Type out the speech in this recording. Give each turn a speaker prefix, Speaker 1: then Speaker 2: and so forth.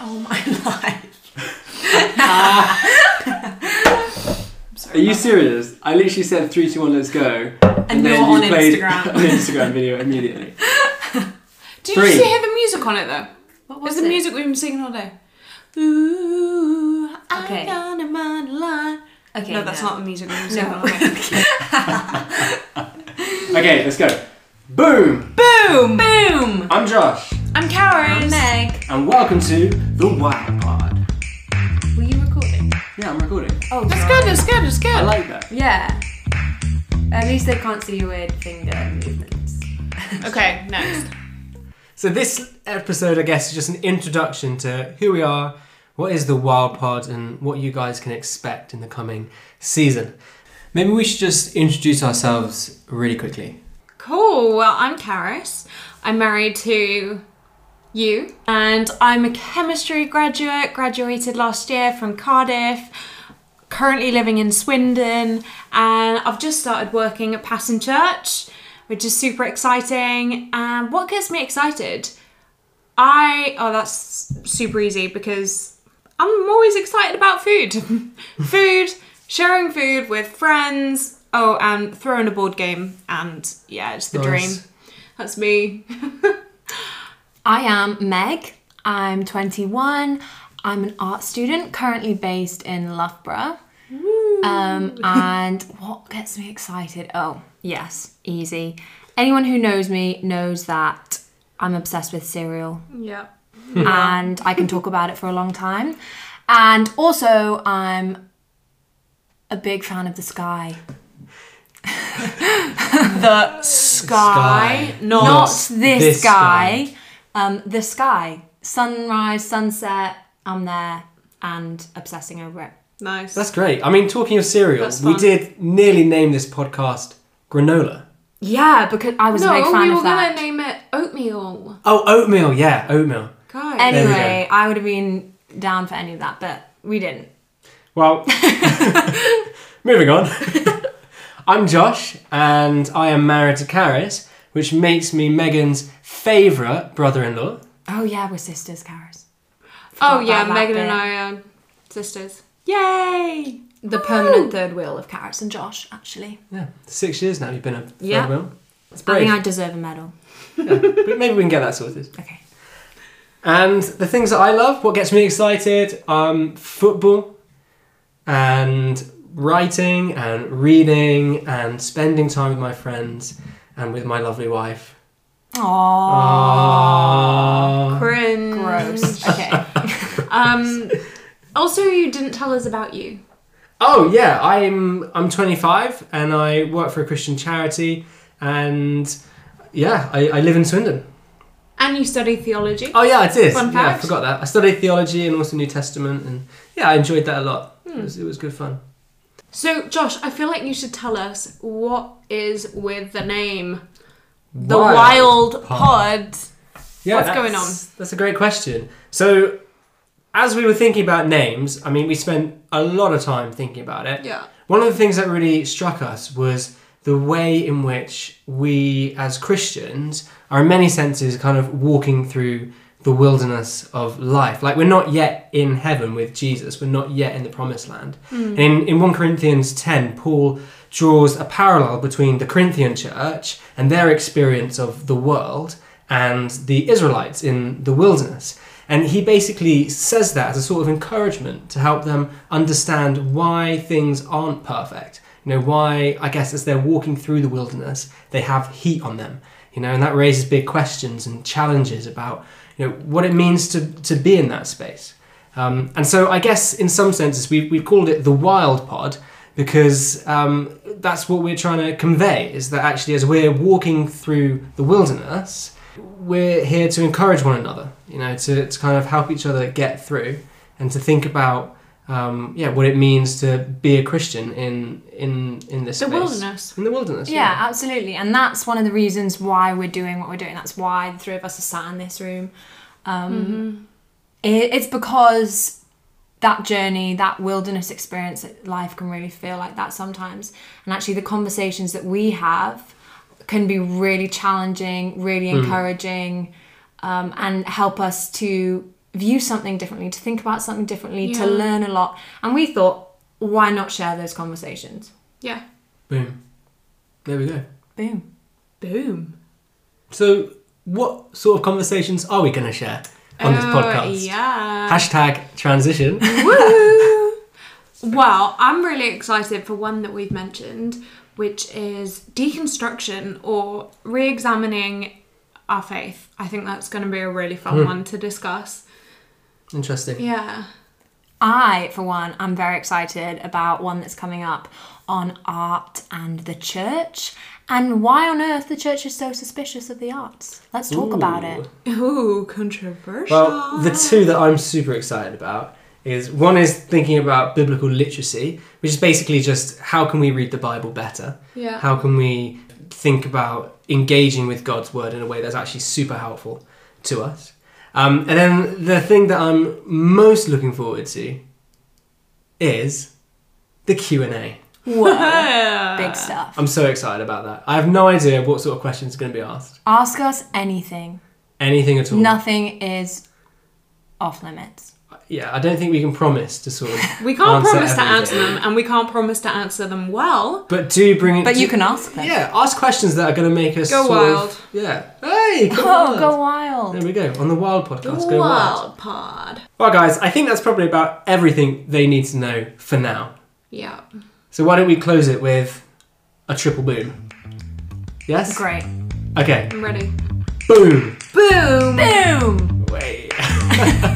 Speaker 1: Oh
Speaker 2: all my life. I'm
Speaker 3: Are
Speaker 2: sorry
Speaker 3: you
Speaker 2: about
Speaker 3: serious? I literally said three, two, one, let's go,
Speaker 2: that. And, you're on Instagram.
Speaker 3: an Instagram video immediately.
Speaker 1: Did
Speaker 3: Three.
Speaker 1: you see, hear the music on it though?
Speaker 2: what
Speaker 1: Was
Speaker 2: was
Speaker 1: the
Speaker 2: it?
Speaker 1: music we've been singing all day? Ooh,
Speaker 2: Okay.
Speaker 1: I'm gonna mind line.
Speaker 2: Okay,
Speaker 1: no, that's
Speaker 2: no.
Speaker 1: not the music we've been singing
Speaker 2: No.
Speaker 1: all day.
Speaker 3: Okay, let's go. Boom!
Speaker 1: Boom!
Speaker 2: Boom.
Speaker 3: I'm Josh,
Speaker 1: I'm Karis.
Speaker 2: Meg,
Speaker 3: and welcome to the Wild Pod.
Speaker 2: were you recording?
Speaker 3: Yeah, I'm recording.
Speaker 2: Oh,
Speaker 1: That's
Speaker 2: right.
Speaker 1: good, that's good, that's
Speaker 3: I
Speaker 1: good.
Speaker 3: like that.
Speaker 2: Yeah. At least they can't see your weird finger movements.
Speaker 1: okay, next.
Speaker 4: So this episode, I guess, is just an introduction to who we are, what is the Wild Pod, and what you guys can expect in the coming season. Maybe we should just introduce ourselves really quickly.
Speaker 1: Cool. Well, I'm Karis. I'm married to you, and I'm a chemistry graduate, graduated last year from Cardiff, currently living in Swindon, and I've just started working at Passon Church, which is super exciting. And what gets me excited? I oh that's super easy because I'm always excited about food. food, sharing food with friends. Oh, and throwing a board game and yeah, it's the
Speaker 4: Nice.
Speaker 1: dream. That's me.
Speaker 5: I am Meg. I'm 21. I'm an art student currently based in Loughborough. Um, and what gets me excited? Oh, yes, easy. Anyone who knows me knows that I'm obsessed with cereal
Speaker 1: Yeah.
Speaker 5: and I can talk about it for a long time. And also, I'm a big fan of the sky.
Speaker 1: The sky,
Speaker 4: sky.
Speaker 1: not,
Speaker 5: Not
Speaker 4: Yes,
Speaker 5: this,
Speaker 4: this
Speaker 5: guy. Um, the sky. Sunrise, sunset, I'm there and obsessing over it.
Speaker 1: nice.
Speaker 4: That's great. I mean, talking of cereal,
Speaker 1: That's
Speaker 4: we
Speaker 1: fun.
Speaker 4: did nearly name this podcast Granola.
Speaker 5: Yeah, because I was
Speaker 1: no,
Speaker 5: a big
Speaker 1: we
Speaker 5: fan
Speaker 1: were
Speaker 5: of that.
Speaker 1: gonna name it oatmeal.
Speaker 4: Oh, oatmeal. Yeah, oatmeal.
Speaker 1: Guys,
Speaker 4: we go.
Speaker 5: Anyway, I would have been down for any of that, but we didn't.
Speaker 4: Well, moving on. I'm Josh, and I am married to Karis, which makes me Megan's favourite brother-in-law.
Speaker 5: Oh yeah, we're sisters, Karis.
Speaker 1: oh
Speaker 5: Forgot
Speaker 1: yeah,
Speaker 5: about that
Speaker 1: Megan and
Speaker 5: bit.
Speaker 1: I are sisters. Yay!
Speaker 5: The permanent third wheel of Karis and Josh, actually.
Speaker 4: Yeah, six years now you've been a
Speaker 5: Yeah.
Speaker 4: brother-in-law. It's
Speaker 5: I
Speaker 4: brave.
Speaker 5: think I deserve a medal.
Speaker 4: but maybe we can get that sorted.
Speaker 5: Okay.
Speaker 4: And the things that I love, what gets me excited, um, football and writing and reading and spending time with my friends and with my lovely wife. Aww.
Speaker 5: Aww.
Speaker 1: Cringe.
Speaker 5: Gross. okay.
Speaker 1: Um. Also, you didn't tell us about you.
Speaker 4: Oh yeah, I'm I'm 25 and I work for a Christian charity and yeah, I, I live in Swindon.
Speaker 1: And you study theology.
Speaker 4: Oh yeah, I did.
Speaker 1: Fun
Speaker 4: Yeah, I
Speaker 1: fact.
Speaker 4: forgot that. I studied theology and also New Testament and yeah, I enjoyed that a lot.
Speaker 1: Hmm.
Speaker 4: It, was, it was good fun.
Speaker 1: So, Josh, I feel like you should tell us what is with the name The
Speaker 4: Wild
Speaker 1: Wild, Pod.
Speaker 4: Pod. Yeah,
Speaker 1: What's
Speaker 4: that's-
Speaker 1: going on?
Speaker 4: That's a great question. So, as we were thinking about names, I mean, we spent a lot of time thinking about it.
Speaker 1: Yeah.
Speaker 4: One of the things that really struck us was the way in which we, as Christians, are in many senses kind of walking through the wilderness of life. Like, we're not yet in heaven with Jesus, we're not yet in the promised land. In, in 1 Corinthians 10, Paul draws a parallel between the Corinthian church and their experience of the world and the Israelites in the wilderness. And he basically says that as a sort of encouragement to help them understand why things aren't perfect. You know, why, I guess, as they're walking through the wilderness, they have heat on them. You know, and that raises big questions and challenges about, you know, what it means to, to be in that space. Um, and so I guess in some senses we, we've called it the wild pod because um, that's what we're trying to convey is that actually as we're walking through the wilderness, we're here to encourage one another, you know, to, to kind of help each other get through and to think about um, yeah, what it means to be a Christian in in in this
Speaker 1: The
Speaker 4: space.
Speaker 1: wilderness.
Speaker 4: In the wilderness.
Speaker 5: Yeah, absolutely. And that's one of the reasons why we're doing what we're doing. That's why the three of us are sat in this room. Um, it- it's because that journey, that wilderness experience, that life can really feel like that sometimes. And actually, the conversations that we have can be really challenging, really encouraging, um, and help us to view something differently, to think about something differently,
Speaker 1: Yeah.
Speaker 5: to learn a lot. And we thought, why not share those conversations?
Speaker 1: Yeah.
Speaker 4: Boom. There we go.
Speaker 5: Boom.
Speaker 1: Boom.
Speaker 4: So, what sort of conversations are we going to share on this
Speaker 1: Oh,
Speaker 4: podcast? Uh,
Speaker 1: Yeah.
Speaker 4: Hashtag transition.
Speaker 1: Woo! well, I'm really excited for one that we've mentioned, which is deconstruction or re examining our faith. I think that's going to be a really fun
Speaker 5: Hmm.
Speaker 1: one to discuss.
Speaker 4: Interesting.
Speaker 1: Yeah.
Speaker 5: I, for one, am very excited about one that's coming up on art and the church and why on earth the church is so suspicious of the arts. Let's talk about
Speaker 4: Ooh.
Speaker 5: it.
Speaker 1: Ooh, controversial.
Speaker 4: Well, the two that I'm super excited about is one is thinking about biblical literacy, which is basically just how can we read the Bible better?
Speaker 1: Yeah.
Speaker 4: How can we think about engaging with God's word in a way that's actually super helpful to us? Um, and then the thing that I'm most looking forward to is the Q and A.
Speaker 5: Whoa. Big stuff.
Speaker 4: I'm so excited about that. I have no idea what sort of questions are going to be asked.
Speaker 5: Ask us anything.
Speaker 4: Anything at all.
Speaker 5: Nothing is off limits.
Speaker 4: Yeah, I don't think we can promise to sort of.
Speaker 1: we can't
Speaker 4: answer
Speaker 1: promise to answer
Speaker 4: everything.
Speaker 1: them, and we can't promise to answer them well.
Speaker 4: But do bring it.
Speaker 5: But
Speaker 4: do-
Speaker 5: you can ask them.
Speaker 4: Yeah, ask questions that are going to make us
Speaker 1: Go
Speaker 4: sort of-
Speaker 1: wild.
Speaker 4: yeah. Hey, go
Speaker 5: Oh,
Speaker 4: wild.
Speaker 5: go wild.
Speaker 4: There we go on the Wild podcast. go wild.
Speaker 1: Wild pod.
Speaker 4: Well, guys, I think that's probably about everything they need to know for now.
Speaker 1: Yeah.
Speaker 4: So why don't we close it with a triple boom? Yes.
Speaker 5: Great.
Speaker 4: Okay.
Speaker 1: I'm ready.
Speaker 4: Boom.
Speaker 1: Boom!
Speaker 5: Boom!
Speaker 4: Wait.